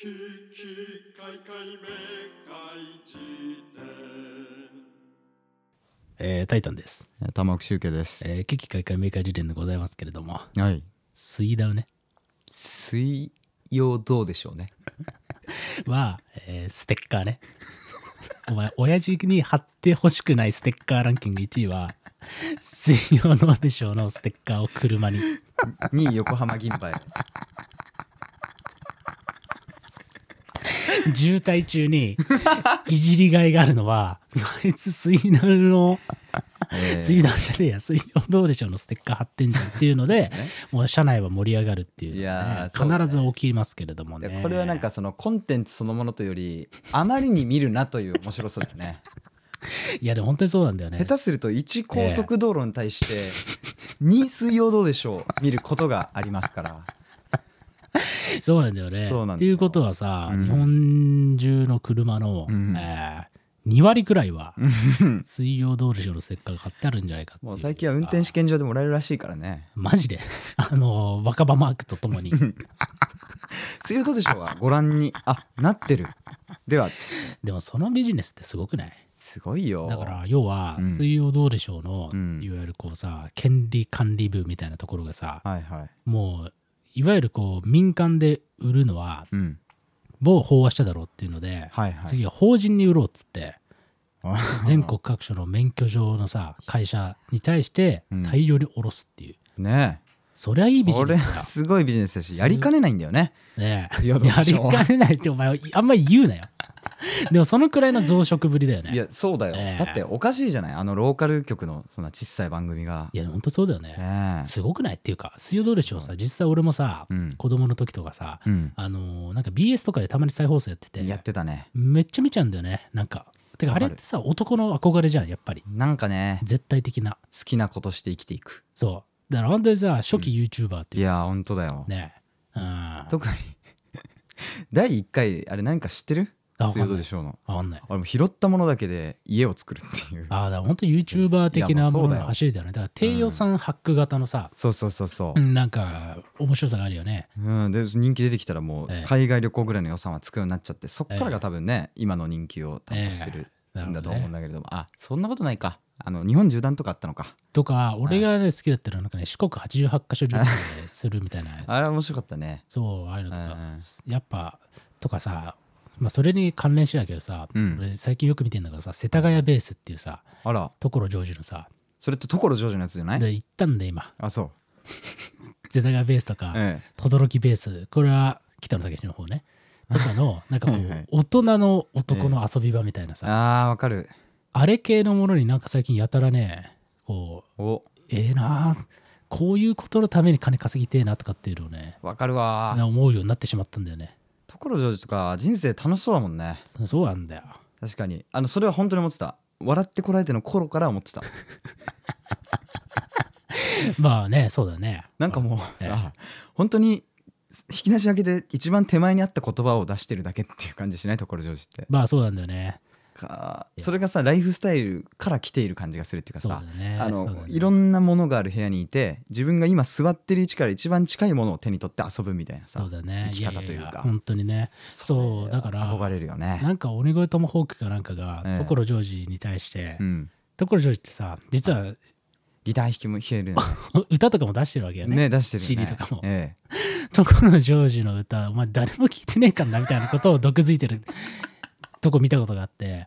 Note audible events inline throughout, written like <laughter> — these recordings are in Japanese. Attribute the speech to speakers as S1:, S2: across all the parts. S1: ききかいかいめかいじ
S2: えータイタンです。
S3: えー玉置周慶です。
S2: えー、危機開会明快時点でございますけれども、
S3: はい。
S2: 水ダウね、
S3: 水曜どうでしょうね。
S2: は、えーステッカーね。 <laughs> お前、親父に貼ってほしくないステッカーランキング1位は、水曜のでしょうのステッカーを車に。
S3: 2位横浜銀
S2: <laughs>
S3: 杯。
S2: 渋滞中に、いじりがいがあるのは、あいつ水ダウの、
S3: えー
S2: 水ダウじゃねえや、水曜どうでしょうのステッカー貼ってんじゃんっていうので、もう車内は盛り上がるっていうの
S3: い
S2: は
S3: や
S2: ね、
S3: ーそうね
S2: 必ず起きますけれども
S3: で
S2: ね。
S3: これはなんかそのコンテンツそのものというよりあまりに見るなという面白さだよね
S2: いや、でも本当にそうなんだよね。
S3: 下手すると1高速道路に対して2水曜どうでしょう見ることがありますから
S2: そうなんだよね。
S3: そうなんだよ
S2: っていうことはさ、
S3: うん
S2: 日本中の車の、
S3: うん
S2: えー2割くらいは
S3: <laughs>
S2: 水曜どうでしょうのステッカーが買ってあるんじゃないかっていう
S3: もう最近は運転試験場でもらえるらしいからね
S2: マジで <laughs> あの若葉マークとともに
S3: 水曜どうでしょうはご覧にあなってるではつって
S2: でもそのビジネスってすごくない
S3: すごいよ
S2: だから要は
S3: うん
S2: 水曜どうでしょうの、
S3: うん
S2: いわゆるこうさ権利管理部みたいなところがさ
S3: はいはい
S2: もういわゆるこう民間で売るのは
S3: うん
S2: 某法はしただろうっていうので、
S3: はいはい
S2: 次は法人に売ろうっつって
S3: あ
S2: 全国各所の免許証のさ会社に対して
S3: うん
S2: 大量に下ろすっていう、
S3: ね
S2: そりゃいい
S3: え
S2: ビジ
S3: こ
S2: ネ
S3: れ
S2: スだよ
S3: はすご <laughs> いビジネスだしやりかねないんだよね
S2: ねえ
S3: い
S2: や
S3: やどうでし
S2: り
S3: ょう
S2: かねないってお前あんまり言う
S3: <laughs>
S2: なよでもそのくらいの増殖ぶりだよね
S3: いやそうだよ、
S2: ええ
S3: だっておかしいじゃないあのローカル局のそんな小さい番組が
S2: いやほんとそうだよね、
S3: ねえ
S2: すごくないっていうか水曜どうでしょうさ実際俺もさ、
S3: うん
S2: 子供の時とかさ、
S3: うん
S2: あのーなんか BS とかでたまに再放送やってて
S3: やってたね
S2: めっちゃ見ちゃうんだよねなんかてかあ
S3: わか
S2: れ
S3: る
S2: ってさ男の憧れじゃんやっぱり
S3: なんかね
S2: 絶対的な
S3: 好きなことして生きていく
S2: そうだから本当にさ初期 YouTuber って
S3: い
S2: いう
S3: やほんとだよ、
S2: ねうん
S3: 特に <laughs> 第1回あれ何か知ってる
S2: あわかんない
S3: 水曜どうでしょうの
S2: わかんない
S3: あれもう拾ったものだけで家を作るっていう
S2: ああ、だから本当 YouTuber 的
S3: いやま
S2: な
S3: あ
S2: もの
S3: そうだ
S2: の
S3: よ
S2: 走りだよね。だから低予算ハック型のさ、
S3: そうそうそうそう
S2: う、んなんか面白さがあるよね。
S3: うん、で人気出てきたらもう
S2: ええ
S3: 海外旅行ぐらいの予算はつくようになっちゃってそっからが多分ね、今の人気を担保してる
S2: ええ
S3: んだと
S2: なるほどね
S3: 思うんだけれども、あそんなことないかあの日本縦断とかあったのか
S2: とか、俺がね好きだったらなんかね、四国88カ所巡回するみたいな、
S3: <laughs> あれ面白かったね
S2: そう、ああいうのとか
S3: うん、
S2: やっぱ、とかさ、まあそれに関連してだけどさ、
S3: うん
S2: 俺最近よく見てんだけどさ、世田谷ベースっていうさ、
S3: あら
S2: 所ジョージのさ、
S3: それって所ジョージのやつじゃない
S2: で行ったんで今、
S3: あそう
S2: 世田谷ベースとか、
S3: え
S2: 轟ベース、これは北野武の方
S3: <laughs>
S2: ね。とかの、なんかこ
S3: はいは
S2: う
S3: い、
S2: 大人の男の遊び場みたいな
S3: え
S2: さ、
S3: あーわかる
S2: あれ系のものになんか最近やたらね、こう、
S3: お
S2: ええなあこういうことのために金稼ぎてえなとかっていうのをね、
S3: わかるわー
S2: 思うようになってしまったんだよね。
S3: 所ジョージとか人生楽しそうだもんね
S2: そうなんだよ。
S3: 確かにあのそれは本当に思ってた笑ってこられての頃から思ってた
S2: まあね、そうだね。
S3: なんかもう、
S2: <laughs> ええ
S3: あ本当に引き出し開けで一番手前にあった言葉を出してるだけっていう感じしない所ジョージって
S2: まあそうなんだよね。
S3: か
S2: いや
S3: それがさライフスタイルから来ている感じがするっていうか
S2: そうだ
S3: さ
S2: よね。
S3: あ
S2: そうだ
S3: の
S2: ね
S3: いろんなものがある部屋にいて自分が今座ってる位置から一番近いものを手に取って遊ぶみたいなさ
S2: そうだね。
S3: 生き方というか
S2: やや本当にね。そう、だから、
S3: 憧れるよね
S2: なんか鬼越トマホークかなんかが
S3: ええ、
S2: 所ジョージに対して
S3: う、ん
S2: 所ジョージってさ、実は
S3: ギター弾きも弾ける
S2: 歌とかも出してるわけよ
S3: ね
S2: ね。
S3: ね出してるよ
S2: CD
S3: ね
S2: とかも
S3: ええ
S2: ところジョージの歌お前誰も聞いてねえかんなみたいなことを毒づいてる <laughs> とこ見たことがあって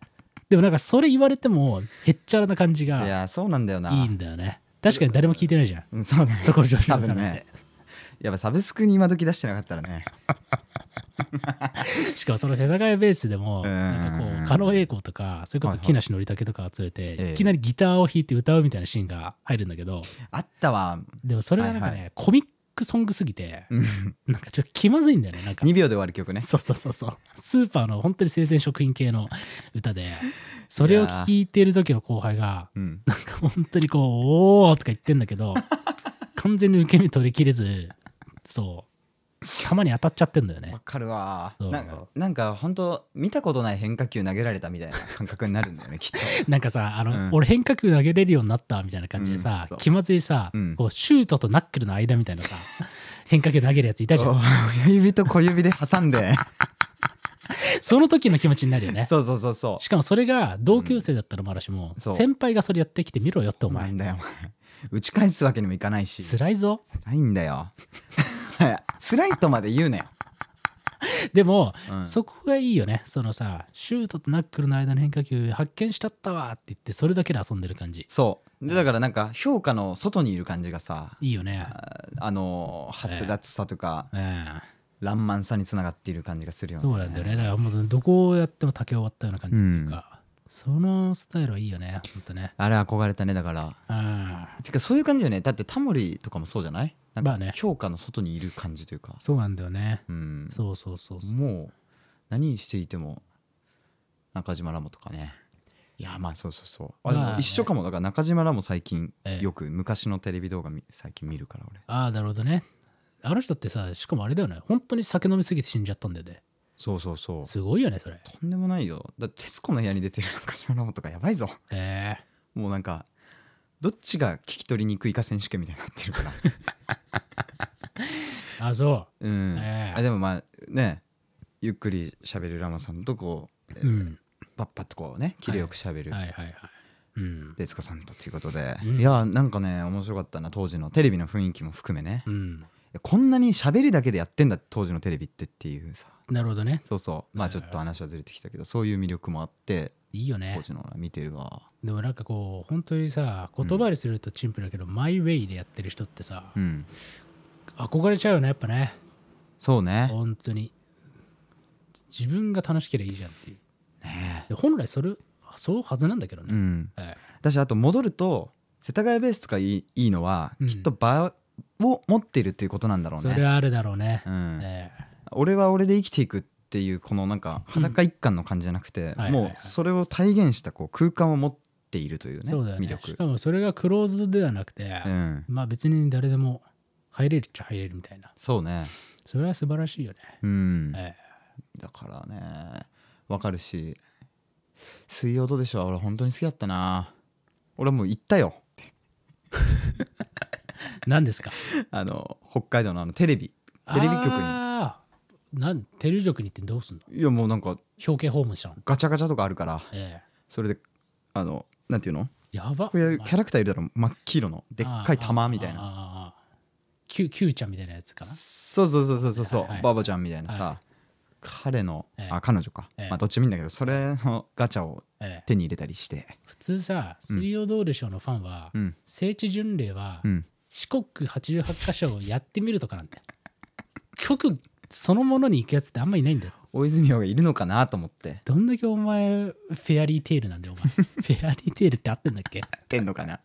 S2: でもなんかそれ言われてもへっちゃらな感じ
S3: い
S2: が
S3: やそうなんだよない
S2: いんだよね確かに誰も聞いてないじゃん
S3: うんそうだね
S2: ところジョージの
S3: 多
S2: 歌な
S3: 分
S2: んて、
S3: ねやっぱサブスクに今時出してなかったらね
S2: しかもその世田谷ベースでも
S3: うん
S2: なんかこう狩野英孝とかそれこそ木梨憲武とかが連れ
S3: え
S2: て
S3: え
S2: いきなりギターを弾いて歌うみたいなシーンが入るんだけど
S3: あったわ
S2: でもそれはなんかね、
S3: はい
S2: コミックソングすぎて
S3: うん
S2: なんかちょっと気まずいんだよねなんか
S3: 2秒で終わる曲ね
S2: <laughs> そうそうそうそう。スーパーの本当に生鮮食品系の歌で、それを聴いてる時の後輩が、
S3: うん
S2: なんか本当にこう、おーとか言ってんだけど、完全に受け身取りきれず、そう、たまに当たっちゃってんだよね
S3: わ。かるわ
S2: そう
S3: なんかなんか本当見たことない変化球投げられたみたいな感覚になるんだよねき
S2: <laughs>
S3: っと
S2: なんかさ、あの、
S3: うん
S2: 俺変化球投げれるようになったみたいな感じでさ、
S3: うんそう
S2: 気まずいさ、
S3: うん
S2: こうシュートとナックルの間みたいなさ、変化球投げるやついたじゃん。 <laughs>
S3: 親指と小指で挟んで
S2: その時の気持ちになるよね。
S3: そうそうそうそ
S2: しかもそれが同級生だったらまだしも、
S3: うんそう
S2: 先輩がそれやってきてみろよって
S3: う
S2: お
S3: な
S2: 前
S3: んだよお前打ち返すわけにもいかないし
S2: 辛いぞ
S3: 辛いん
S2: <laughs>
S3: だよお前辛いとまで言うなよ、
S2: でも、
S3: うん
S2: そこがいいよねそのさシュートとナックルの間の変化球発見したったわって言ってそれだけで遊んでる感じ
S3: そうでだからなんか評価の外にいる感じがさ
S2: いいよね
S3: ああのーはつらつさとか
S2: う
S3: 爛漫さにつながっている感じがするよ
S2: ん
S3: ね
S2: そうなんだよねだからもうどこをやっても竹終わったような感じっていうか、そのスタイルはいいよねほんとね
S3: あれ憧れたねだから
S2: うん
S3: てかそういう感じよねだってタモリとかもそうじゃないなん
S2: まあ
S3: か
S2: ね
S3: 評価の外にいる感じというか、
S2: そうなんだよね、
S3: うん
S2: そうそうそうそう
S3: もう何していても中島ラモとかねいやまあそうそうそうあで
S2: まあ
S3: も
S2: ね
S3: 一緒かもだから中島ラモ最近
S2: ええ
S3: よく昔のテレビ動画み最近見るから俺
S2: ああなるほどねあの人ってさしかもあれだよね本当に酒飲みすぎて死んじゃったんだよね
S3: そうそうそう
S2: すごいよねそれ
S3: とんでもないよだって『徹子の部屋』に出てる中島ラモとかやばいぞ
S2: え
S3: もうなんかどっちが聞き取りにくいか選手権みたいになってるから
S2: <laughs> ー、あそう
S3: うん、
S2: ええ
S3: あでもまあねゆっくり喋るラモさんとこう、
S2: うん
S3: パッパッとこうねキレよく喋る、
S2: はいはいはいうん
S3: 徹子さんとということで、
S2: うん
S3: いやなんかね面白かったな当時のテレビの雰囲気も含めね、
S2: うん
S3: こんなに喋りだけでやってんだって当時のテレビってっていうさ
S2: なるほどね
S3: そうそうまあちょっと話はずれてきたけどそういう魅力もあって
S2: いいよ
S3: 当
S2: ね
S3: 時の見てるわ
S2: でもなんかこう本当にさ言葉にするとチンプルだけど、マイウェイでやってる人ってさ、
S3: うん
S2: 憧れちゃうよねやっぱね
S3: そうね
S2: 本当に自分が楽しければいいじゃんっていう
S3: ね
S2: で本来それそうはずなんだけどね、
S3: うん
S2: はい
S3: 私あと戻ると世田谷ベースとかいいいいのは、
S2: うん
S3: きっと場を持ってるっていうことなんだろう
S2: それ
S3: ね、
S2: はあるだろうね、
S3: うん
S2: え
S3: 俺は俺で生きていくっていうこのなんか裸一貫の感じじゃなく
S2: は
S3: て、
S2: いはいはい
S3: もうそれを体現したこう空間を持っているという
S2: え
S3: ね
S2: そうだよ
S3: 魅
S2: ね
S3: 力
S2: しかもそれがクローズドではなくて、
S3: うん
S2: まあ別に誰でも入れるっちゃ入れるみたいな
S3: そうね
S2: それは素晴らしいよね、
S3: うん
S2: え
S3: だからねわかるし水曜どうでしょう俺本当に好きだったな俺はもう行ったよ
S2: え何
S3: <laughs>
S2: ですか
S3: あの北海道のあのテレビテレビ局に
S2: あーなんテレビ局に行ってどうすんの
S3: いやもうなんか
S2: 表敬訪問したの
S3: ガチャガチャとかあるから
S2: え
S3: それであのなんていうの
S2: えやば
S3: こういうキャラクターいるだろ真っ黄色のでっかい玉みたいな
S2: なキュキューちゃんみたいなやつかな
S3: そうそうそうそうそうそう、
S2: はいはい
S3: ババちゃんみたいなさ、
S2: は
S3: 彼の、
S2: ええ
S3: あ彼女か、
S2: ええ
S3: まあどっちもいいんだけどそれのガチャを
S2: ええ
S3: 手に入れたりして、
S2: 普通さ「水曜どうでしょう」のファンは、
S3: うん
S2: 聖地巡礼は、
S3: うん、
S2: 四国88箇所をやってみるとかなんだよ局そのものに行くやつってあんまいないんだよ
S3: 大泉洋がいるのかなと思って
S2: どんだけお前フェアリーテールなんだよお
S3: <laughs>
S2: 前フェアリーテールってあってんだっけ
S3: てんのかな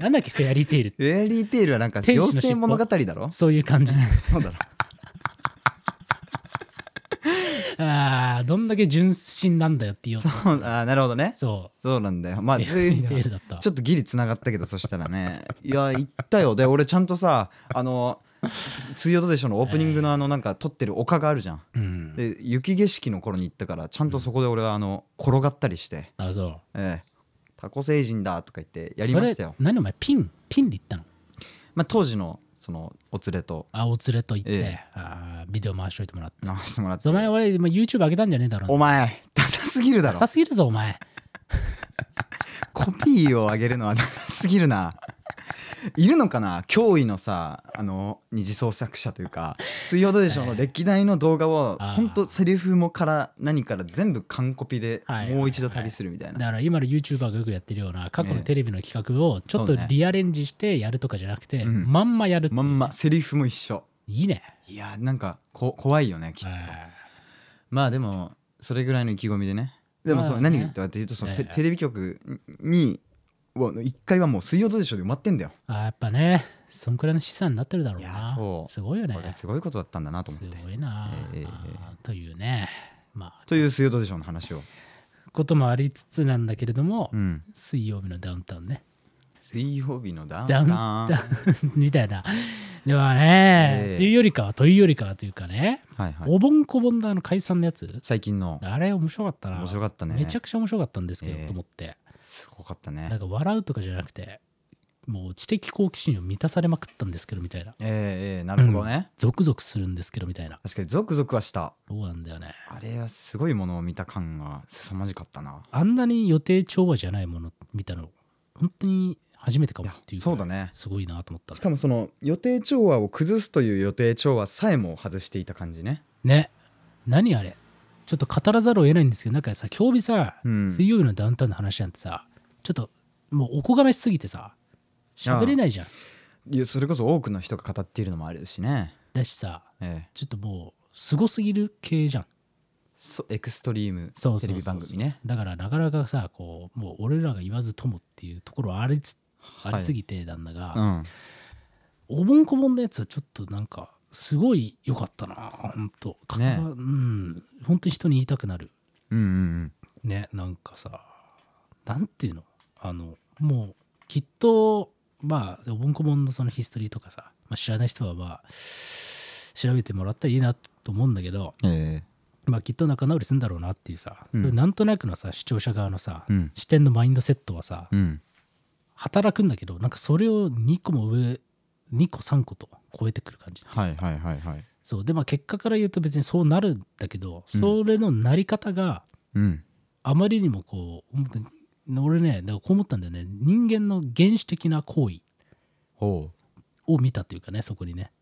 S2: なんだっけフェアリーテールっ
S3: <laughs>
S2: て
S3: ウェアリーテールはなんか
S2: 天使の
S3: 妖
S2: 尻尾
S3: 精物語だろ
S2: そういう感じ
S3: そうだろ
S2: ああどんだけ純真なんだよっていう
S3: そ
S2: そう
S3: <laughs> あーなるほどね
S2: そ
S3: そうなんだよまあ
S2: う
S3: そう
S2: フェア
S3: いう意
S2: リ
S3: 味
S2: ーテ
S3: では
S2: ールだった
S3: ちょっとギリつながったけどそしたらね <laughs> いや行ったよで俺ちゃんとさあの「水曜どうでしょう」のオープニングのあのなんか撮ってる丘があるじゃん
S2: うん
S3: で雪景色の頃に行ったからちゃんとそこで俺はあの転がったりして
S2: あそう
S3: 「ええタコ星人だ」とか言ってやりましたよ
S2: そ、れ何お前ピンピンで行ったの
S3: まあ、当時のそのお連れと
S2: あお連れと行って、
S3: え
S2: あービデオ回しといてもらって
S3: 直してもらって
S2: お前俺今 YouTube 上げたんじゃねえだろ
S3: お前ダサすぎるだ
S2: ダ
S3: ろ
S2: サすぎるぞお前
S3: コピーを上げるのはダサすぎるないるのかな脅威のさあの二次創作者というか「水曜どうでしょう」の歴代の動画を
S2: あー
S3: ほんとセリフもから何から全部完コピで
S2: はい
S3: もう一度旅するみた
S2: だ
S3: いな
S2: から今の YouTuber がよくやってるような過去
S3: え
S2: の
S3: え
S2: テレビの企画をちょっと
S3: そうね
S2: リアレンジしてやるとかじゃなくて、
S3: うん
S2: まんまやるっていう
S3: まんまセリフも一緒
S2: いいね
S3: いやなんかこ怖いよねきっと
S2: あ
S3: まあでもそれぐらいの意気込みでねでもそ
S2: ま
S3: う
S2: あね
S3: 何が言ったかっていうとそのテ
S2: ええ
S3: テレビ局にを一回はもう「水曜どうでしょう」で埋まってんだよ
S2: ーあーやっぱねそんくらいの資産になってるだろう
S3: いや
S2: な
S3: そう
S2: すごいよね
S3: これすごいことだったんだなと思っ
S2: す
S3: て
S2: ごいな、
S3: ええ
S2: あーというねまあ
S3: という「水曜どうでしょう」の話を
S2: こともありつつなんだけれども、
S3: うん
S2: 水曜日のダウンタウンね
S3: 水曜日のダウン
S2: ダ
S3: タウ
S2: ウン
S3: ン
S2: タ
S3: は
S2: ウン <laughs> みたいな。ではね、
S3: ええ
S2: というよりかは、というよりかはというかね、
S3: いはい
S2: おぼんこぼんだあの解散のやつ、
S3: 最近の
S2: あれ面白かったな。
S3: 面白かったね
S2: めちゃくちゃ面白かったんですけど、
S3: ええ
S2: と思って、
S3: すごかった
S2: なん
S3: ね
S2: か笑うとかじゃなくて、もう知的好奇心を満たされまくったんですけどみたいな
S3: ええええなるほどね、
S2: ゾクゾクするんですけどみたいな
S3: 確かにゾクゾクはした
S2: そうなんだよね
S3: あれはすごいものを見た感が凄まじかったな
S2: あんなに予定調和じゃないもの見たの本当に初めてかもっていう
S3: そうだね
S2: すごいなと思った
S3: しかもその予定調和を崩すという予定調和さえも外していた感じね
S2: ね何あれちょっと語らざるを得ないんですけどなんかさ今日日さ、
S3: うん
S2: 水曜日のダウンタウンの話なんてさちょっともうおこがめしすぎてさ喋れないじゃん
S3: いやそれこそ多くの人が語っているのもあるしね
S2: だしさ
S3: ええ
S2: ちょっともうすごすぎる系じゃん
S3: そエクストリーム
S2: そうそうそうそう
S3: テレビ番組ね
S2: だからなかなかさこうもう俺らが言わずともっていうところはありつ
S3: い
S2: ありすぎて旦那が、
S3: うん
S2: おぼんこぼんのやつはちょっとなんかすごい良かったなほんと語ら
S3: ね
S2: うん本当に人に言いたくなる
S3: うんうん
S2: ねなんかさなんていうのあのもうきっとまあおぼんこぼんのそのヒストリーとかさ、まあ、知らない人はまあ調べてもらったらいいなと思うんだけど、
S3: うんえ
S2: まあ、きっと仲直りするんだろうなっていうさ、
S3: うん
S2: それなんとなくのさ視聴者側のさ、
S3: うん
S2: 視点のマインドセットはさ、
S3: えうん
S2: 働くんだけどなんかそれを2個も上2個3個と超えてくる感じっていうかさ
S3: はいはいはいはい
S2: そうでまあ結果から言うと別にそうなるんだけど、それのなり方が
S3: うん
S2: あまりにもこう本当に俺ねだからこう思ったんだよね人間の原始的な行為
S3: ほ
S2: を見たというかねそこにね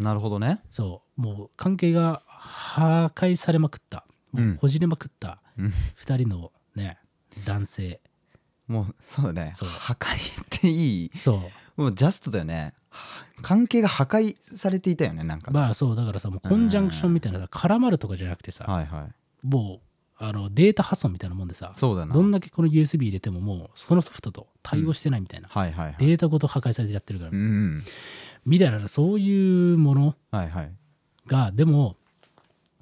S3: うなるほどね
S2: そうもう関係が破壊されまくったもううんほじれまくった
S3: うん
S2: 2人のね、男性
S3: もうそうだね
S2: そう
S3: 破壊っていい
S2: そう
S3: もうジャストだよねは関係が破壊されていたよねなんか、
S2: まあそうだからさもうコンジャンクションみたいなさ絡まるとかじゃなくてさ、
S3: はいはい
S2: もうあのデータ破損みたいなもんでさ
S3: そうだな
S2: どんだけこの USB 入れてももうそのソフトと対応してないみたいな、
S3: はいはいはい
S2: データごと破壊されちゃってるから、
S3: うんうん
S2: みたいなそういうもの
S3: はいはい
S2: がでも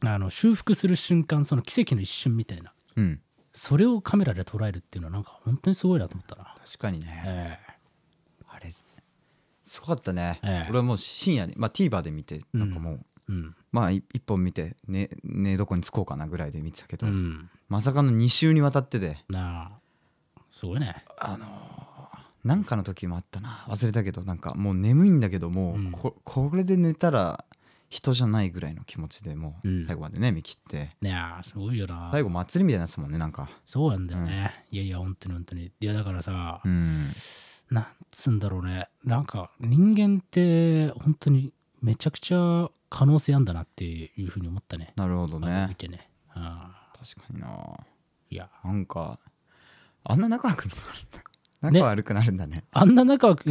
S2: あの修復する瞬間その奇跡の一瞬みたいな
S3: うん
S2: それをカメラで捉えるっていうのはなんか本当にすごいなと思ったな、
S3: 確かにね
S2: え
S3: あれすすごかったね、
S2: ええ
S3: 俺はもう深夜に、まあ、TVer で見て
S2: うん
S3: なんかもう、
S2: えうん
S3: まあい一本見て寝寝床につこうかなぐらいで見てたけ
S2: う
S3: ど、
S2: ん
S3: まさかの2週にわたってで
S2: なあすごいね
S3: あのーなんかの時もあったな忘れたけどなんかもう眠いんだけどもう、
S2: うん
S3: ここれで寝たら人じゃないぐらいの気持ちでもう
S2: うん
S3: 最後までね見切って、
S2: ねえすごいよな
S3: 最後祭りみたいになってたもんねなんか
S2: そうなんだよね、いやいや本当に本当にいやだからさ、
S3: うん
S2: なんつうんだろうねなんか人間って本当にめちゃくちゃ可能性あんだなっていうふうに思ったね
S3: なるほど
S2: 番組見
S3: ね
S2: てねあ
S3: 確かにない
S2: や
S3: なんかあんな仲悪くなるんだ仲悪くなるんだね
S2: あんな仲悪く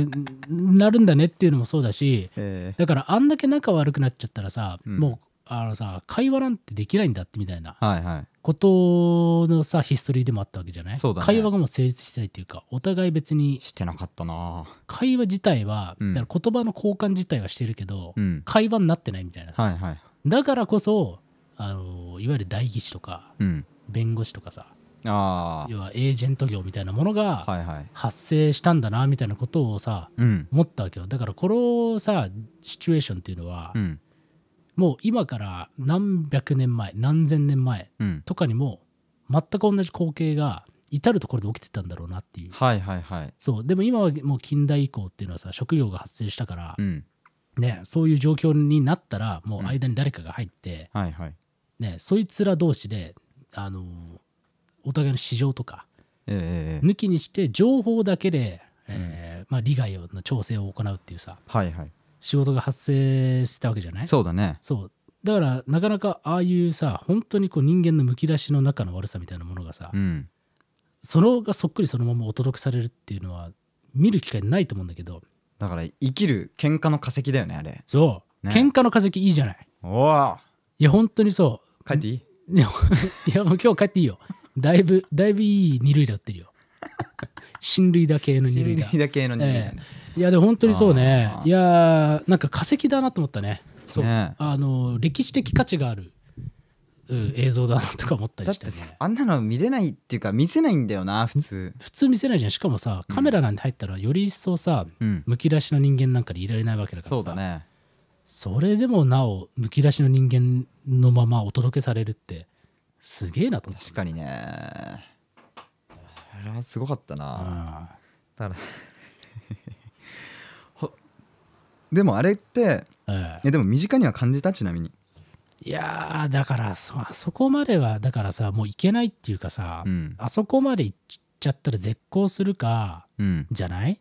S2: なるんだねっていうのもそうだし
S3: ええ
S2: だからあんだけ仲悪くなっちゃったらさ、
S3: うん
S2: もうあのさ会話なんてできないんだってみたいな
S3: はいはい
S2: ことのさヒストリーでもあったわけじゃない、
S3: そうだね
S2: 会話がもう成立してないっていうかお互い別に
S3: してなかったな
S2: 会話自体は、
S3: うん
S2: だから言葉の交換自体はしてるけど、
S3: うん
S2: 会話になってないみたいな
S3: はいはい
S2: だからこそあのいわゆる代議士とか
S3: うん
S2: 弁護士とかさ
S3: あ
S2: 要はエージェント業みたいなもの
S3: あ
S2: が
S3: はいはい
S2: 発生したんだなみたいなことをさ
S3: うん
S2: 思ったわけよだからこのさシチュエーションっていうのは、
S3: うん
S2: もう今から何百年前何千年前
S3: うん
S2: とかにも全く同じ光景が至る所で起きてたんだろうなっていう
S3: はいはいはい
S2: そうでも今はもう近代以降っていうのはさ職業が発生したから
S3: う、ん
S2: ねそういう状況になったらもう
S3: うん
S2: 間に誰かが入って、
S3: はいはい
S2: ね、そいつら同士で、あのーお互いの市場とか
S3: ええええええ
S2: 抜きにして情報だけで、えーまあ、利害の調整を行うっていうさ
S3: はいはい
S2: 仕事が発生したわけじゃない
S3: そうだね
S2: そうだからなかなかああいうさ本当にこう人間のむき出しの中の悪さみたいなものがさ、
S3: うん
S2: そのがそっくりそのままお届けされるっていうのは見る機会ないと思うんだけど
S3: だから生きる喧嘩の化石だよねあれ
S2: そう、
S3: ね
S2: 喧嘩の化石いいじゃない
S3: おお
S2: いや本当にそう
S3: 帰っていい
S2: いや、 <laughs> いやもう今日帰っていいよ。だいぶ、だいぶいい二塁打打ってる
S3: <laughs>
S2: よ。進塁打系の二塁打。
S3: 人類だ系の人類だ
S2: え
S3: ね
S2: えいや、でも本当にそうね
S3: あ。ー
S2: いやー、なんか化石だなと思ったね。そう。
S3: ね
S2: あの、歴史的価値がある、うん映像だなとか思った
S3: だ
S2: り
S3: っ
S2: して
S3: てさ
S2: ね。
S3: あんなの見れないっていうか見せないんだよな普通
S2: 普通見せないじゃん。しかもさ、カメラなんて入ったら、より一層さ、
S3: うん
S2: むき出しの人間なんかにいられないわけだからさ。
S3: そうだね
S2: それでもなお、むき出しの人間のままお届けされるって、すげえなと思った。
S3: 確かにねあれはすごかったな <laughs>
S2: あー
S3: だからでもあれって
S2: ええ
S3: えでも身近には感じたちなみに
S2: いやーだからそあそこまではだからさもういけないっていうかさ、
S3: うん、
S2: あそこまでいっちゃったら絶交するか
S3: うん、
S2: じゃない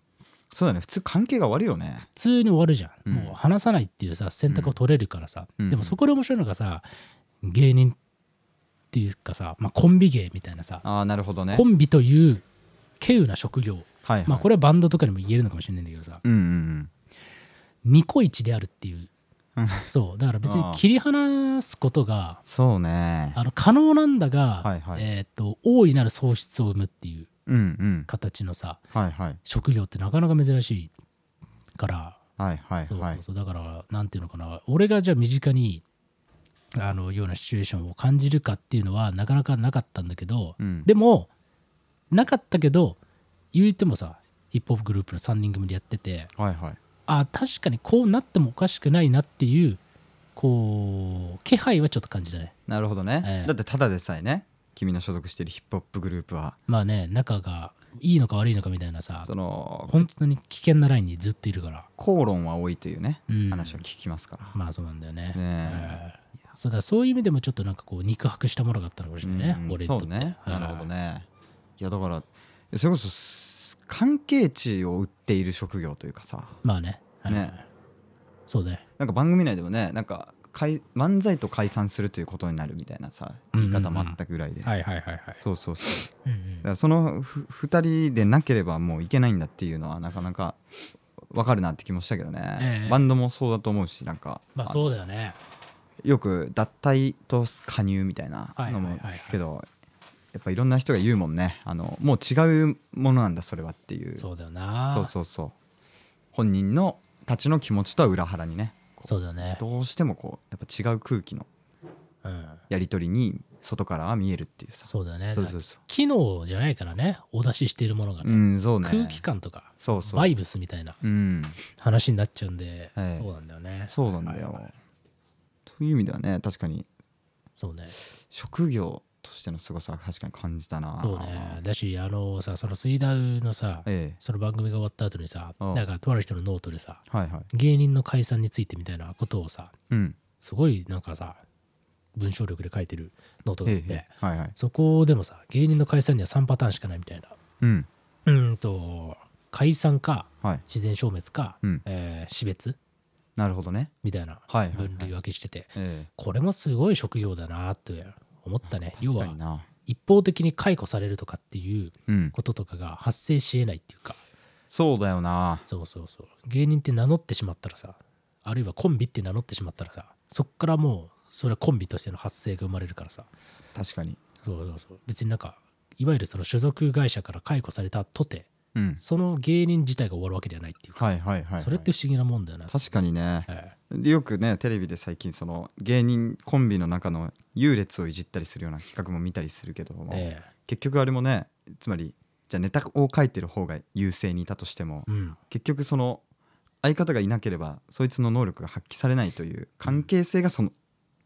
S3: そうだね普通関係が悪いよね
S2: 普通に終わるじゃん、
S3: うん
S2: もう話さないっていうさ選択を取れるからさ、
S3: うん
S2: でもそこで面白いのがさ芸人っていうかさ、まあ、コンビ芸みたいなさ、
S3: ああなるほどね
S2: コンビという稀有な職業、
S3: はいはい、
S2: まあ、これはバンドとかにも言えるのかもしれないんだけどさ
S3: うんうん
S2: ニコイチであるっていう
S3: うん
S2: そうだから別
S3: あ
S2: に
S3: あ
S2: 切り離すことが
S3: そうね
S2: あの可能なんだが、
S3: はいはい
S2: えー、と大いなる喪失を生むっていう
S3: うんうん
S2: 形のさ
S3: はいはい
S2: 職業ってなかなか珍しいから
S3: はいはい
S2: そう
S3: は
S2: そ
S3: いう
S2: そうだからなんていうのかな俺がじゃあ身近にあのようなシチュエーションを感じるかっていうのはなかなかなかったんだけど、
S3: うん
S2: でもなかったけど言うてもさヒップホップグループの3人組でやってて
S3: はいはい
S2: あ確かにこうなってもおかしくないなっていうこう気配はちょっと感じだね
S3: なるほどね、
S2: ええ
S3: だってただでさえね君の所属してるヒップホップグループは
S2: まあね仲がいいのか悪いのかみたいなさ
S3: その
S2: 本当に危険なラインにずっといるから、
S3: 口論は多いというね、
S2: うん、
S3: 話は聞きますから、
S2: まあそうなんだよね。
S3: ね
S2: うんそうだそういう意味でもちょっとなんかこう肉薄したものがあったのかもしれないね、
S3: うん
S2: 俺に
S3: そ
S2: とっ
S3: う
S2: て。
S3: ね
S2: はい
S3: なるほどねいやだからそれこそす関係値を売っている職業というかさ
S2: まあね。はい
S3: ね
S2: そうね。
S3: なんか番組内でもねなんか解漫才と解散するということになるみたいなさ言い方もあったぐらいで、
S2: はいはいはいはい。
S3: そうそうそ
S2: う
S3: う
S2: ん
S3: だ
S2: う
S3: か
S2: ん
S3: らそのふ2人でなければもういけないんだっていうのはなかなかわかるなって気もしたけどね、
S2: ええ
S3: バンドもそうだと思うしなんか、
S2: まあそうだよね。
S3: よく脱退と加入みたいなのも
S2: はいはいはいはい
S3: 聞くけどやっぱいろんな人が言うもんねあのもう違うものなんだそれはっていう
S2: そうだよな。
S3: そうそうそう本人のたちの気持ちとは裏腹にねこう
S2: そうだよね。
S3: どうしてもこうやっぱ違う空気の
S2: うん。
S3: やり取りに外からは見えるっていうさ
S2: そうだよね。
S3: そうそうそ
S2: 機能じゃないからね、お出ししているものが
S3: うう
S2: ね。
S3: んそうね
S2: 空気感とか、
S3: そうそう
S2: バイブスみたいな
S3: うん
S2: 話になっちゃうんで、
S3: ええ
S2: そうなんだよね。
S3: そうなんだよ、
S2: はいはい
S3: という意味ではね確かに
S2: そうね。
S3: 職業としての凄さは確かに感じたな
S2: そうね。だし、あのさ、その水ダウのさ、
S3: ええ
S2: その番組が終わった後にさ、
S3: うん
S2: なんかとある人のノートでさ、
S3: はいはい
S2: 芸人の解散についてみたいなことをさ、
S3: うん
S2: すごいなんかさ、文章力で書いてるノートがあって、
S3: ええはいはい
S2: そこでもさ、芸人の解散には3パターンしかないみたいな。
S3: うん
S2: うーんと、解散か、
S3: はい
S2: 自然消滅か、
S3: うん
S2: えー死別
S3: なるほどね
S2: みたいな
S3: はいはいはい
S2: 分類分けしてて、
S3: え
S2: これもすごい職業だなって思ったね
S3: え。
S2: 要
S3: 確か
S2: は
S3: に、な
S2: 一方的に解雇されるとかっていう
S3: うん
S2: こととかが発生しえないっていうか、
S3: そうだよな
S2: そうそうそう芸人って名乗ってしまったらさあるいはコンビって名乗ってしまったらさそっからもうそれはコンビとしての発生が生まれるからさ
S3: 確かに
S2: そうそうそう別になんかいわゆるその所属会社から解雇されたとて
S3: うん
S2: その芸人自体が終わるわけではないっていうか、
S3: はいはいはいはい
S2: それって不思議なもんだよな、
S3: 確かにね
S2: はい
S3: でよくねテレビで最近その芸人コンビの中の優劣をいじったりするような企画も見たりするけども、
S2: え
S3: 結局あれもねつまりじゃあネタを書いてる方が優勢にいたとしても
S2: えうん
S3: 結局その相方がいなければそいつの能力が発揮されないという関係性がその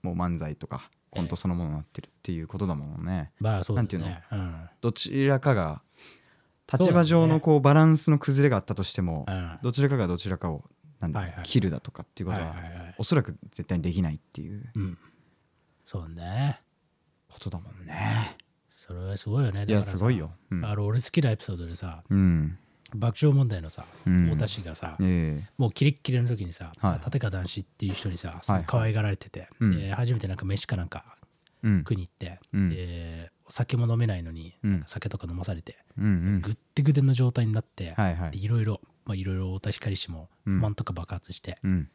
S3: もう漫才とかコントそのものになってるっていうことだもんね。
S2: まあそうだ
S3: なんていう
S2: よねうん
S3: どちらかが
S2: うだね
S3: 立場上のこうバランスの崩れがあったとしても
S2: うんは
S3: どちらかがどちらかをなんだ
S2: はいはい
S3: 切るだとかってい
S2: いう
S3: こ
S2: はい
S3: と
S2: は
S3: はいおそらく絶対にできないっていう
S2: うんそうね
S3: ことだもんね。
S2: それはすごいよね
S3: い
S2: だ
S3: や
S2: からさ
S3: すごいよ。うん
S2: あの俺好きなエピソードでさ
S3: うん。
S2: 爆笑問題のさ
S3: うん
S2: 太田氏がさ、
S3: ええ
S2: もうキレッキレの時にさ、
S3: はい
S2: 立川談志っていう人にさ、すご
S3: はいはい
S2: い可愛がられてて、
S3: うん
S2: で初めてなんか飯かなんか
S3: うん
S2: 食いに行って、
S3: うん
S2: でお酒も飲めないのに、
S3: うん
S2: なんか酒とか飲まされて、
S3: うんうん
S2: ぐってぐでの状態になって、
S3: はいはい
S2: でいろいろ、まあ、いろいろ太田光氏も不
S3: うん
S2: 満とか爆発して、
S3: うん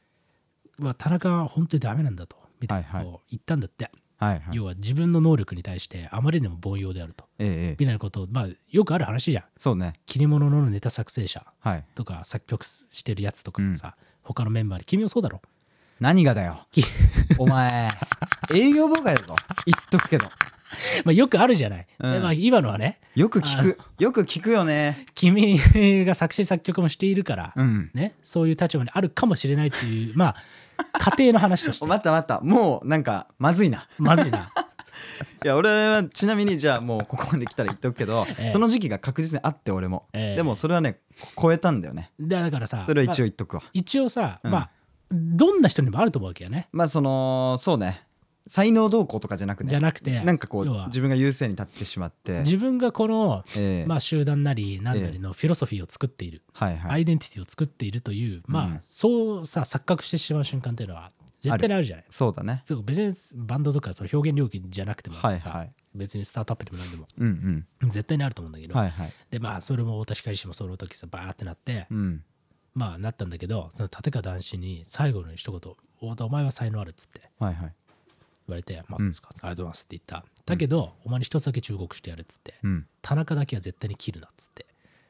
S2: うわ田中は本当にダメなんだと、みたいな
S3: はい
S2: こ
S3: は
S2: う言ったんだって、
S3: はいはい
S2: 要は自分の能力に対してあまりにも凡庸であると、
S3: ええええ
S2: みたいなことを、まあ、よくある話じゃん。
S3: そうね
S2: 切り物のネタ作成者
S3: はい
S2: とか作曲してるやつとかもさ、他のメンバーに「君もそうだろ」
S3: 何がだよ
S2: き
S3: お前営業妨害だぞ言っとくけど
S2: まあよくあるじゃない。
S3: うん
S2: でまあ、今のはね、
S3: よく聞くよく聞くよね
S2: 君が作詞作曲もしているから、
S3: うん
S2: ね、そういう立場にあるかもしれないっていう、まあ、家庭の話とし
S3: <laughs> お
S2: て、
S3: 待った待ったもうなんかまずいな
S2: まずいな。
S3: いや俺はちなみにじゃあもうここまで来たら言っとくけど、
S2: ええ
S3: その時期が確実にあって俺も、
S2: ええ
S3: <laughs> でもそれはね超えたんだよね
S2: でだからさ
S3: それは一
S2: まあ
S3: 応言っとくわ、
S2: 一応さ、
S3: うん
S2: まあどんな人にもあると思うわけよね
S3: まあそのそうね才能動向とかじゃなくね
S2: じゃなくて
S3: なんかこう
S2: 要は
S3: 自分が優勢に立ってしまって、
S2: 自分がこの、
S3: ええ
S2: まあ、集団なり何なりのフィロソフィーを作っている、
S3: はいはい、
S2: アイデンティティを作っているというまあ、
S3: うん
S2: そうさ錯覚してしまう瞬間っていうのは絶対にあるじゃない
S3: そうだね
S2: そう別にバンドとかその表現領域じゃなくてもさ、
S3: はいはい
S2: 別にスタートアップでも何でも
S3: うん
S2: 絶対にあると思うんだけ
S3: うん
S2: ど、
S3: はいはい
S2: でまあそれも私返しもその時さバーってなって、
S3: うん
S2: まあなったんだけどその立川談志に最後の一言「太田お前は才能ある」っつって
S3: はいはい
S2: 言われて「まあ
S3: う
S2: そ
S3: ん
S2: うですか、ありがとうございます」って言っただけど、お前に一つだけ忠告してやるっつって、
S3: うん
S2: 田中だけは絶対に切るなっつって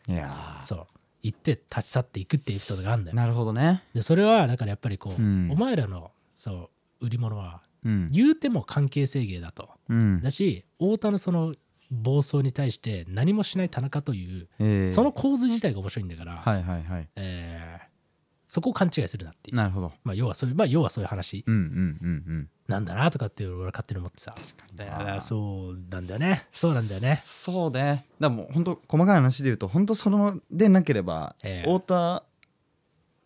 S3: いや
S2: そう言って立ち去っていくっていうエピソードがあるんだ
S3: ー
S2: よ
S3: なるほどね
S2: でそれはだからやっぱりこう、
S3: うん
S2: お前らのそう売り物は
S3: うん
S2: 言うても関係制限だと
S3: うん
S2: だし太田のその暴走に対して何もしない田中という、
S3: ええ
S2: その構図自体が面白いんだから、
S3: はいはいはい
S2: えーそこを勘違いするなっていう、
S3: なるほど
S2: まあ、要はそういうまあ要はそういう話
S3: うんうんうんうん
S2: なんだなとかって俺は勝手に思ってさ確かにだからそうなんだよねそうなんだよね
S3: そうねだからもう本当細かい話で言うと本当そのでなければ、
S2: ええ
S3: 太田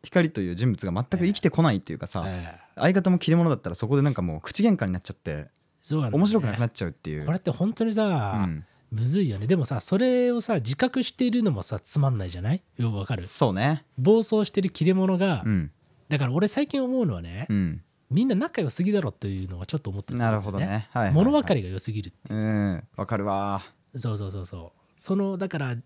S3: 光という人物が全く生きてこないっていうかさ、
S2: えー
S3: 相方も切れ者だったらそこでなんかもう口喧嘩になっちゃって
S2: そうなんだよね
S3: 面白くなくなっちゃうっていう、
S2: これって本当に
S3: う
S2: さ、
S3: ん、
S2: むずいよねでもさそれをさ自覚しているのもさつまんないじゃないよくわかる
S3: そうね
S2: 暴走してる切れ者が、
S3: うん
S2: だから俺最近思うのはね、
S3: うん
S2: みんな仲良すぎだろっていうのはちょっと思って
S3: なるほどね、はいはいはい
S2: 物分かりが良すぎる
S3: うんわかるわ
S2: そうそうそうそうそのだからん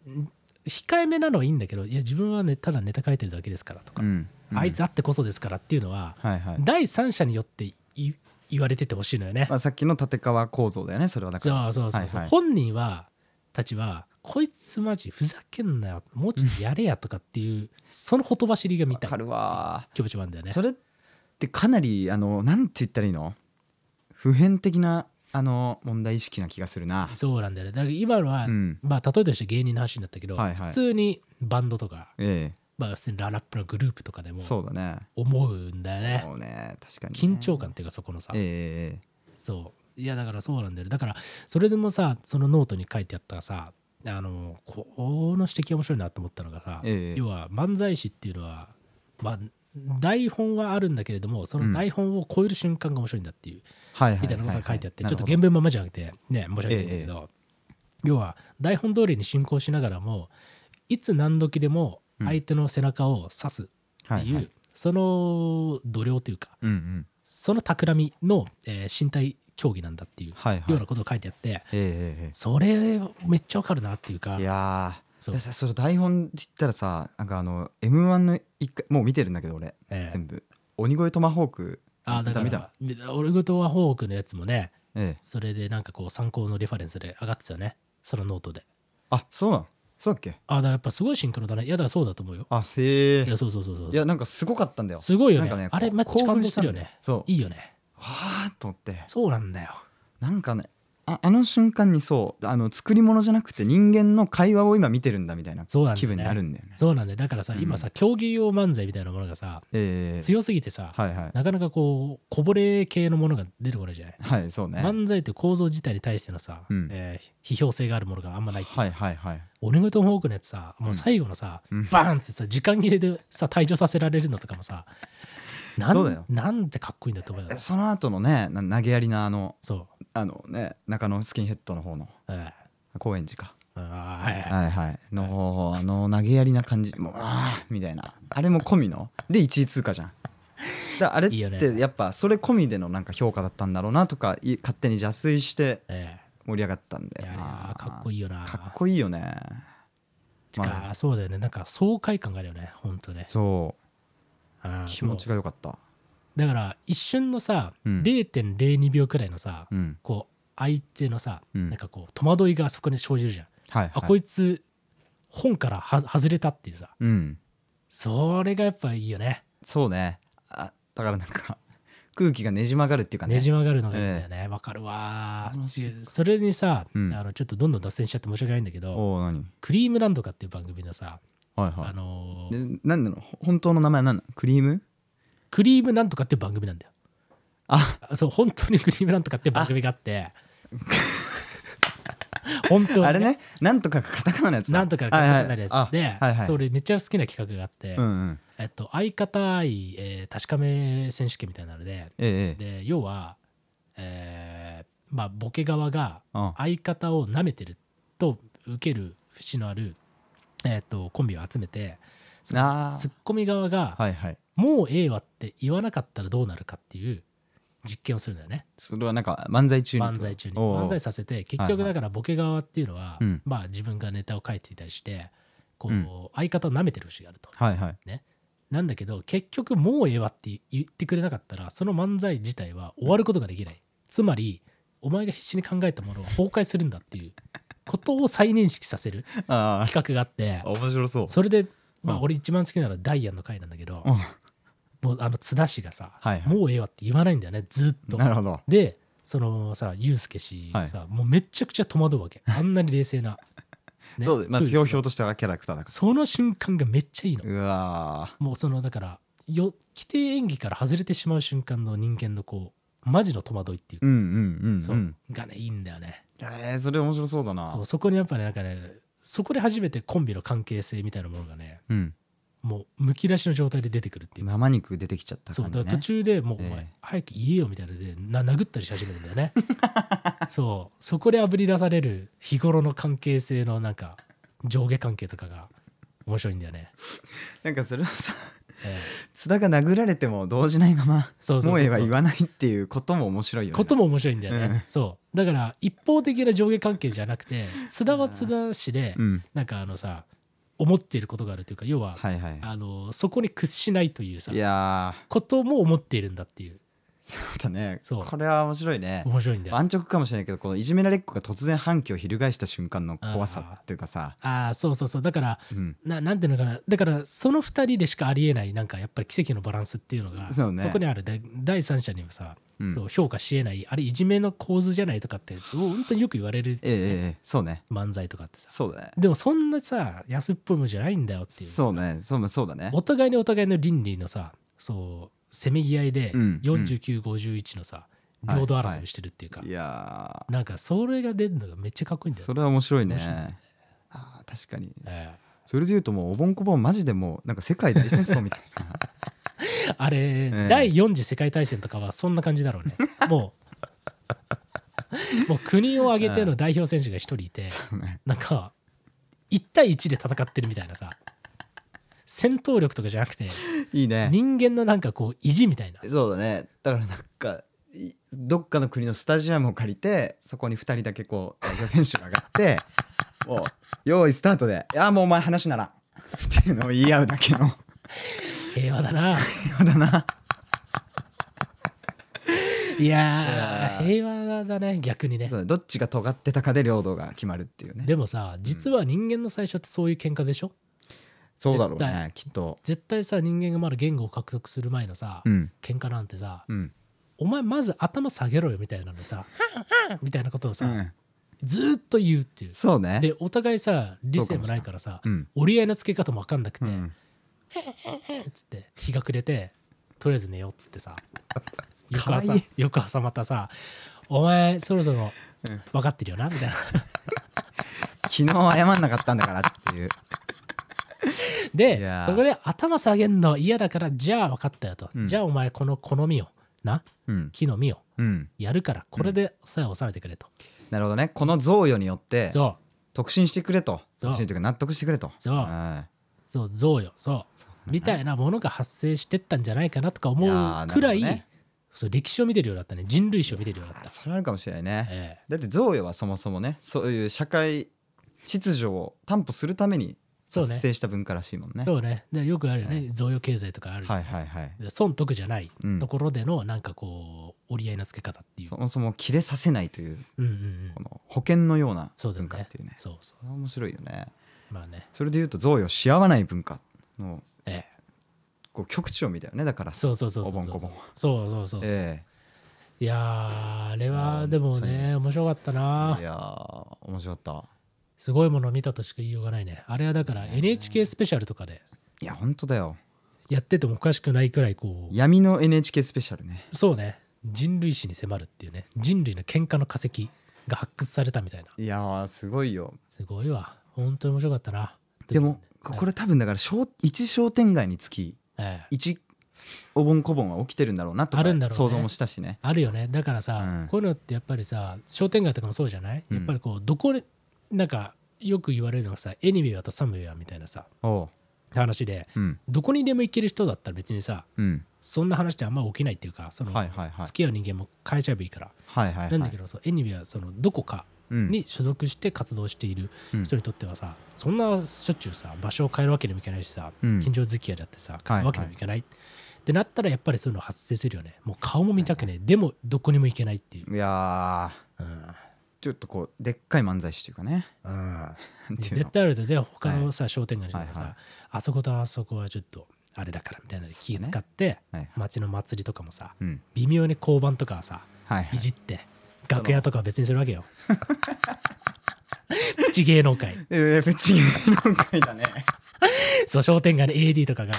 S2: 控えめなのはいいんだけどいや自分はねただネタ書いてるだけですからとか、
S3: うんうん
S2: あいつあってこそですからっていうのは、
S3: はいはい、
S2: 第三者によっていい言われててほしいのよね、
S3: まあ、さっきの立川構造だよねそれはだから
S2: そうそうそうそう、
S3: はいはい
S2: 本人はたちはこいつマジふざけんなよもうちょっとやれやとかっていうそのほとばしりが見
S3: わ
S2: たい
S3: かるわ
S2: 気持ちもあるんだよね
S3: それってかなりあのなんて言ったらいいの普遍的なあの問題意識な気がするな
S2: そうなんだよねだから今のは、
S3: うん
S2: まあ例えとして芸人の話になったけど、
S3: はいはい
S2: 普通にバンドとか
S3: え
S2: まあ普通にララップのグループとかで
S3: え
S2: も
S3: そうだね
S2: 思うんだよね
S3: そうね確かにね、
S2: 緊張感っていうかそこのさ、
S3: ええ
S2: そういやだからそうなんだよねだからそれでもさそのノートに書いてあったさあのこの指摘面白いなと思ったのがさ、
S3: ええ
S2: 要は漫才師っていうのはまあ台本はあるんだけれどもその台本を超える瞬間が面白いんだっていう、
S3: はいはい
S2: みたいなことが書いてあって、
S3: はは
S2: ちょっと
S3: なる
S2: 原文ままじゃなくてね申し訳ないんだけど、要は台本通りに進行しながらもいつ何時でも相手の背中を刺すって
S3: ほど
S2: いう、
S3: はいはい
S2: その度量というか
S3: うんうん
S2: その企みの、えー身体競技なんだっていう
S3: はいはい
S2: ようなことを書いてあって、
S3: えええええ
S2: それめっちゃわかるなっていうか
S3: えいや
S2: そ
S3: ー
S2: う
S3: だからさその台本って言ったらさなんかあの m 1の一回もう見てるんだけど俺、
S2: ええ
S3: 全部鬼越トマホーク
S2: あーだか
S3: 見た
S2: らみ俺ごとはホークのやつもね
S3: 見たええ
S2: それでなんかこう参考のレファレンスで上がってたよねそのノートで
S3: あそうなのそうだっけ
S2: あーだからやっぱすごいシンクロだねいやだからそうだと思うよ
S3: あせえ
S2: いやそうそうそうそう
S3: いやなんかすごかったんだよ
S2: すごいよね
S3: なんかね
S2: あれめっちゃ感動するよね
S3: 興奮したんだよそう
S2: いいよね
S3: はあと思って
S2: そうなんだよ
S3: なんかねああの瞬間にそうあの作り物じゃなくて人間の会話を今見てるんだみたいな
S2: そうなんだよね
S3: 気分になるんだよね
S2: そうなんだよだからさ、
S3: うん
S2: 今さ競技用漫才みたいなものがさ
S3: ええ
S2: 強すぎてさ、
S3: はいはい
S2: なかなかこうこぼれ系のものが出てこないじゃない
S3: はいそうね
S2: 漫才って構造自体に対してのさ、
S3: うん
S2: えー批評性があるものがあんまないっていう
S3: はいはいはい
S2: 鬼越トマホークのやつさもう最後のさ、
S3: うん
S2: バーンってさ時間切れでさ退場させられるのとかもさな
S3: そうだよ
S2: んなんてかっこいいんだと思うよ
S3: えその後のねな投げやりなあの
S2: そ
S3: あのね中野スキンヘッドの方の
S2: う、え
S3: 高円寺か
S2: ーあーはいはい
S3: はいはいのあの投げやりな感じもうああみたいなあれも込みので1位通過じゃんだあれっ
S2: いいよね
S3: てやっぱそれ込みでのなんか評価だったんだろうなとかい勝手に邪推して
S2: え
S3: 盛り上がったん
S2: ーい
S3: だ
S2: や
S3: よ
S2: あれは
S3: な
S2: かっこいいよな
S3: かっこいいよね
S2: てか、
S3: ま
S2: そうだよねなんか爽快感があるよねほんとね
S3: そう
S2: あー
S3: 気持ち
S2: も
S3: が良かった
S2: うだから一瞬のさ、
S3: うん
S2: 0.02秒くらいのさ、
S3: うん
S2: こう相手のさ、
S3: うん
S2: なんかこう戸惑いがそこに生じるじゃん、
S3: はい
S2: あこ
S3: い
S2: いつ本からは外れたっていうさ
S3: うん
S2: それがやっぱいいよね
S3: そうねあだからなんか空気がねじ曲がるっていうかね
S2: ねじ曲がるのがいいんだよねわ、かるわ
S3: 楽しい
S2: でそれにさ、
S3: うん
S2: あのちょっとどんどん脱線しちゃって申し訳ないんだけど
S3: おお何
S2: 「クリームランドか」っていう番組のさ、
S3: はいは
S2: あ
S3: い
S2: のー
S3: でなんなのほ本当の名前は何なのクリーム
S2: クリームなんとか」っていう番組なんだよ
S3: あ
S2: あそう本当に「クリームなんとか」っていう番組があって本当に
S3: あれねなんとかカタカナのやつだ
S2: なんとかかなるやつ
S3: はい
S2: で、
S3: はいあはいはい
S2: それめっちゃ好きな企画があって、
S3: うんうん
S2: えっと、相方愛、えー確かめ選手権みたいなので
S3: ええええ
S2: で要は、えーまあ、ボケ側が
S3: うん
S2: 相方を舐めてると受ける節のある、えっとコンビを集めてその
S3: あ
S2: ツ
S3: ー
S2: ッコミ側が、
S3: はいはい
S2: もうええわって言わなかったらどうなるかっていう実験をするんだよね
S3: それはなんか漫才中に
S2: 漫才中に
S3: おうおう
S2: 漫才させて結
S3: はいは
S2: 局
S3: い
S2: だからボケ側っていうのは、
S3: うん
S2: まあ自分がネタを書いていたりしてこう、
S3: うん
S2: 相方を舐めてる節があると。
S3: はいはい
S2: なんだけど結局もうええわって言ってくれなかったらその漫才自体は終わることができないつまりお前が必死に考えたものは崩壊するんだっていうことを再認識させ
S3: <laughs>
S2: る
S3: あー
S2: 企画があって
S3: 面白そう
S2: それで、まあ、
S3: うん
S2: 俺一番好きなのはダイアンの回なんだけど、
S3: うん
S2: もうあの津田氏がさ、
S3: はいはい
S2: もうええわって言わないんだよねずっと
S3: なるほど
S2: でそのさユうスケ氏がさ、もうめちゃくちゃ戸惑うわけあんなに冷静
S3: <laughs>
S2: な、ね
S3: そうまず
S2: 風
S3: ひょ
S2: 景
S3: うひょうとしたキャラクターだか
S2: その瞬間がめっちゃいいの
S3: らうわ
S2: もうそのだからよ規定演技から外れてしまう瞬間の人間のこうマジの戸惑いっていう
S3: ー
S2: か、
S3: うんうんうん
S2: そううんがねいいんだよね
S3: えーそれ面白そうだな
S2: そうそこにやっぱねなんかねそこで初めてコンビの関係性みたいなものがね
S3: うん
S2: もうむき出しの状態で出てくるっていうか
S3: 生肉出てきちゃった
S2: そう
S3: 感
S2: だ
S3: じ
S2: から
S3: ね
S2: 途中でもう、
S3: ええ
S2: お前早く言えよみたいなのでな殴ったりし始めるんだよ
S3: <laughs>
S2: ねそうそこであぶり出される日頃の関係性のなんか上下関係とかが面白いんだよね、
S3: なんかそれはさ
S2: ええ
S3: 津田が殴られても動じないまま
S2: そうそうそうそう
S3: もうええは言わないっていうことも面白いよね
S2: ことも面白いんだよね、
S3: うん
S2: そうだから一方的な上下関係じゃなくて津田は津田氏で、
S3: うん
S2: なんかあのさ思っていることがあるというか要は、
S3: はいはい
S2: あのそこに屈しないというさ
S3: いや
S2: ことも思っているんだっていう
S3: ーだね
S2: そう
S3: これは面白いね
S2: 面白いんだよ
S3: 安直かもしれないけどこのいじめられっ子が突然反旗を翻した瞬間の怖さっていうかさ
S2: ああそうそうそうだから
S3: うん
S2: ななんていうのかなだからその2人でしかありえないなんかやっぱり奇跡のバランスっていうのが
S3: そうね
S2: こにあるで第三者にはさ、
S3: うん
S2: そう評価しえないあれいじめの構図じゃないとかって本当によく言われる、
S3: ええええええそうね
S2: 漫才とかってさ
S3: そうだね
S2: でもそんなさ安っぽいもんじゃないんだよっていう
S3: そうねそうそうだね
S2: お互いにお互いの倫理のさそうせめぎ合いで
S3: うん
S2: 4951のさ、
S3: はい
S2: 領土争いしてるっていうか、
S3: いや
S2: なんかそれが出るのがめっちゃかっこいいん
S3: ー
S2: だよ
S3: それは面白いね
S2: 面白いね
S3: あー確かに
S2: え
S3: それでいうともうおぼんこぼんマジでもうなんか世界大戦争みたいな <laughs>
S2: えあれ、
S3: え
S2: 第4次世界大戦とかはそんな感じだ
S3: <laughs>
S2: ろうねもうもう国を挙げての代表選手が一人い
S3: <laughs>
S2: て
S3: うね
S2: なんか1対1で戦ってるみたいなさ戦闘力とかじゃなくて
S3: いいね
S2: 人間のなんかこう意地みたいな
S3: そうだねだからなんかいどっかの国のスタジアムを借りてそこに2人だけこう代表選手が上がって <laughs> もう用意スタートで「いやもうお前話ならん」っていうのを言い合うだけの
S2: 平和だな
S3: や
S2: <laughs>
S3: だな
S2: やー
S3: いいやー
S2: 平和だね逆にね
S3: そうだねどっちが尖ってたかで領土が決まるっていうね
S2: でもさ実は人間の最初ってそういう喧嘩でしょ、
S3: そうだろう
S2: 絶
S3: ねきっと
S2: 絶対さ人間がまだ言語を獲得する前のさ、
S3: うん
S2: 喧嘩なんてさ
S3: うん
S2: お前まず頭下げろよみたいなのさみたいなことを
S3: う
S2: さ、
S3: ん
S2: ずーっと言うっていう
S3: そうね
S2: でお互いさ理性もないからさ
S3: うん
S2: 折り合いのつけ方も分かんなくて、
S3: うん
S2: っつって日が暮れてとりあえず寝ようっつってさ翌
S3: <laughs> かわいい
S2: 朝翌朝またさお前そろそろ
S3: うん
S2: 分かってるよなみたいな
S3: 昨日謝んなかったんだからっていうい
S2: で
S3: やー
S2: そこで頭下げんの嫌だからじゃあ分かったよと、
S3: うん
S2: じゃあお前この好みをな
S3: うん
S2: 木の実を
S3: うん
S2: やるからこれでさえ収めてくれと、
S3: なるほどねこの贈与によって
S2: そう
S3: 特進してくれと
S2: そう
S3: 特進というか納得してくれと
S2: そう
S3: はい
S2: そう贈与そうみたいなものが発生してったんじゃないかなとか思
S3: いやーな
S2: う
S3: るほ
S2: く
S3: ど
S2: らい
S3: ね
S2: そう歴史を見てるようだったね人類史を見てるようだっ
S3: あ
S2: た、
S3: それあるかもしれないね
S2: え
S3: だって贈与はそもそもねそういう社会秩序を担保するために
S2: そう
S3: 発
S2: ね
S3: 生した文化らしいもん
S2: え
S3: ね
S2: そうねでよくあるよね、
S3: はい
S2: 贈与経済とかあるじゃん
S3: はいはいはい
S2: で損得じゃない
S3: うん
S2: ところでのなんかこう折り合いのつけ方っていう
S3: そもそも切れさせないという
S2: うんうんうん
S3: この保険のような
S2: そうだよ
S3: 文化っ
S2: ね
S3: ていうね
S2: そうそう
S3: これは面白いよね
S2: まあね
S3: それでいうと贈与し合わない文化の
S2: ええ
S3: こう極致をみたいなねだから
S2: そうそうそうそう
S3: お
S2: そう
S3: 盆
S2: そう
S3: こぼん
S2: そうそうそう、
S3: え
S2: いやーあれは
S3: あー
S2: でも
S3: 本当に
S2: ね面白かった
S3: え
S2: ない
S3: やー面白かった
S2: すごいもの見たとしか言いようがないねあれはだから NHK スペシャルとかで
S3: いや本当だよ
S2: やっててもおかしくないくらいこう
S3: 闇の NHK スペシャルね
S2: そうね人類史に迫るっていうね人類の喧嘩の化石が発掘されたみたいない
S3: やーすごいよ
S2: すごいわ本当に面白かったな
S3: でもこれ多分だから商一商店街につき
S2: ええ
S3: 一お盆こぼんは起きてるんだろうなとか
S2: あるんだろうね
S3: 想像もしたしね
S2: あるよねだからさ、
S3: うん
S2: こういうのってやっぱりさ商店街とかもそうじゃない、
S3: うん
S2: やっぱりこうどこになんかよく言われるのがさ「エニメはとサムウェア」みたいなさ
S3: おう
S2: 話で
S3: うん
S2: どこにでも行ける人だったら別にさ
S3: うん
S2: そんな話ってあんま起きないっていうかその、
S3: はいはいはい
S2: 付き合う人間も変えちゃえばいいから、
S3: はいはいはい
S2: なんだけどそうエニメはそのどこか
S3: うん
S2: に所属して活動している
S3: うん
S2: 人にとってはさ、そんなしょっちゅうさ場所を変えるわけにもいかないしさ、
S3: うん
S2: 近所付き合いだってさ
S3: いはい
S2: 変えるわけにもいかない、ってなったらやっぱりそういうの発生するよねもう顔も見たくねえでもどこにも行けないっていう、
S3: いやーちょっとこうでっかい漫才師というかねなんていう
S2: 絶
S3: の
S2: 対あるとで他のさ、商店街とかさ、
S3: はいはい
S2: あそことあそこはちょっとあれだからみたいなので気使って、
S3: はいはい
S2: 街の祭りとかもさ
S3: うん
S2: 微妙に交番とかはさ
S3: はいはい
S2: いじって、楽屋とかは別にするわけよ <laughs> プチ芸能界
S3: えーフェ <laughs> チ芸能界だね
S2: そう商店街の AD とかがち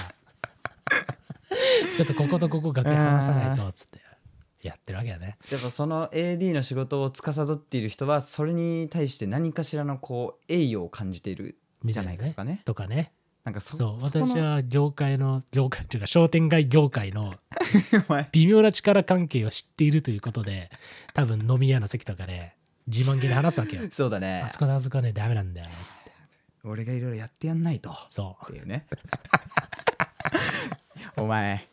S2: ょっとこことここ楽屋話さないとっつってやってるわけだね
S3: やっぱその AD の仕事を司っている人はそれに対して何かしらのこう栄誉を感じている
S2: み
S3: じ
S2: た
S3: ゃ
S2: いな
S3: ないかとかね
S2: とかね
S3: なんかそ
S2: そう
S3: そこの
S2: 私は業界の業界というか商店街業界の
S3: お <laughs> 前
S2: 微妙な力関係を知っているということで多分飲み屋の席とかで自慢げに話すわ
S3: <laughs>
S2: けよ
S3: そうだね
S2: あそこだあそこはねダメなんだよねっつって
S3: 俺がいろいろやってやんないと
S2: そう
S3: っていうねお前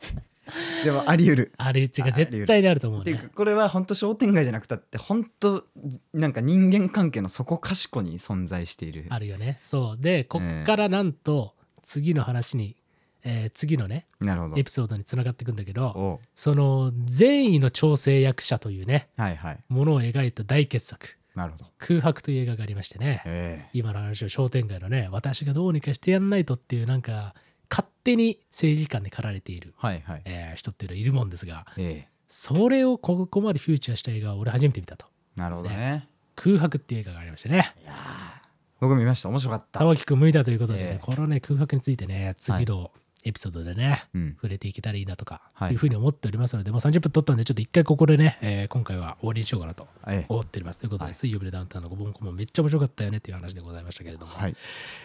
S3: でもあり得る
S2: あれ違う
S3: あ
S2: 絶対にあると思う
S3: っていう
S2: ね
S3: かこれは本当商店街じゃなくたって本当なんか人間関係のそこかしこに存在している
S2: あるよねそうでこっからなんと次の話に、えー次のね
S3: なるほど
S2: エピソードにつながっていくんだけど
S3: お
S2: その善意の調整役者というね
S3: はいはい
S2: ものを描いた大傑作
S3: なるほど
S2: 「空白」という映画がありましてね
S3: え
S2: 今の話を商店街のね私がどうにかしてやんないとっていうなんか勝手に正義感で駆られている、
S3: えはいはい
S2: えー人っていうのはいるもんですが
S3: ええ
S2: それをここまでフューチャーした映画は俺初めて見たと
S3: なるほどね
S2: 「空白」っていう映画がありましてね
S3: 僕見ました面白かった
S2: 玉木君も見たということでね、
S3: ええ
S2: このね空白についてね次のエピソードでね、
S3: うん
S2: 触れていけたらいいなとか、
S3: はい
S2: い、うふうに思っておりますので、もう30分取ったんで、ちょっと一回ここでね、えー今回は終わりにしようかなと
S3: ええ
S2: 思っております。ということで、
S3: はい
S2: 水曜日のダウンタウンのごぼんこもめっちゃ面白かったよねっていう話でございましたけれども、
S3: はい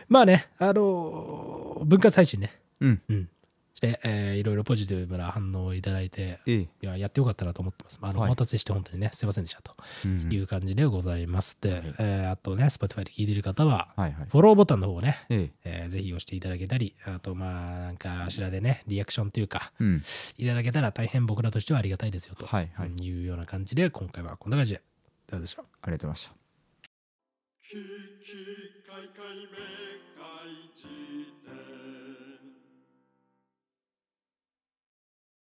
S2: まあね、あのー分割配信ね、
S3: うん
S2: うん、して、えーいろいろポジティブな反応をいただいて、
S3: ええ
S2: いややってよかったなと思ってます。まああの
S3: はい
S2: お待たせして本当にね、すいませんでしたと
S3: うん
S2: いう感じでございます。で、えーあとね、Spotify で聞いてる方は、
S3: はいはい
S2: フォローボタンの方をね、
S3: ええ
S2: えーぜひ押していただけたり、あとまあなんかあちらでね、リアクションというか、
S3: うん
S2: いただけたら大変僕らとしてはありがたいですよと、
S3: はいはいあり
S2: い、うような感じで、今回はこんな感じで、どうでしょう。
S3: がとうございました
S1: キキカイカイめ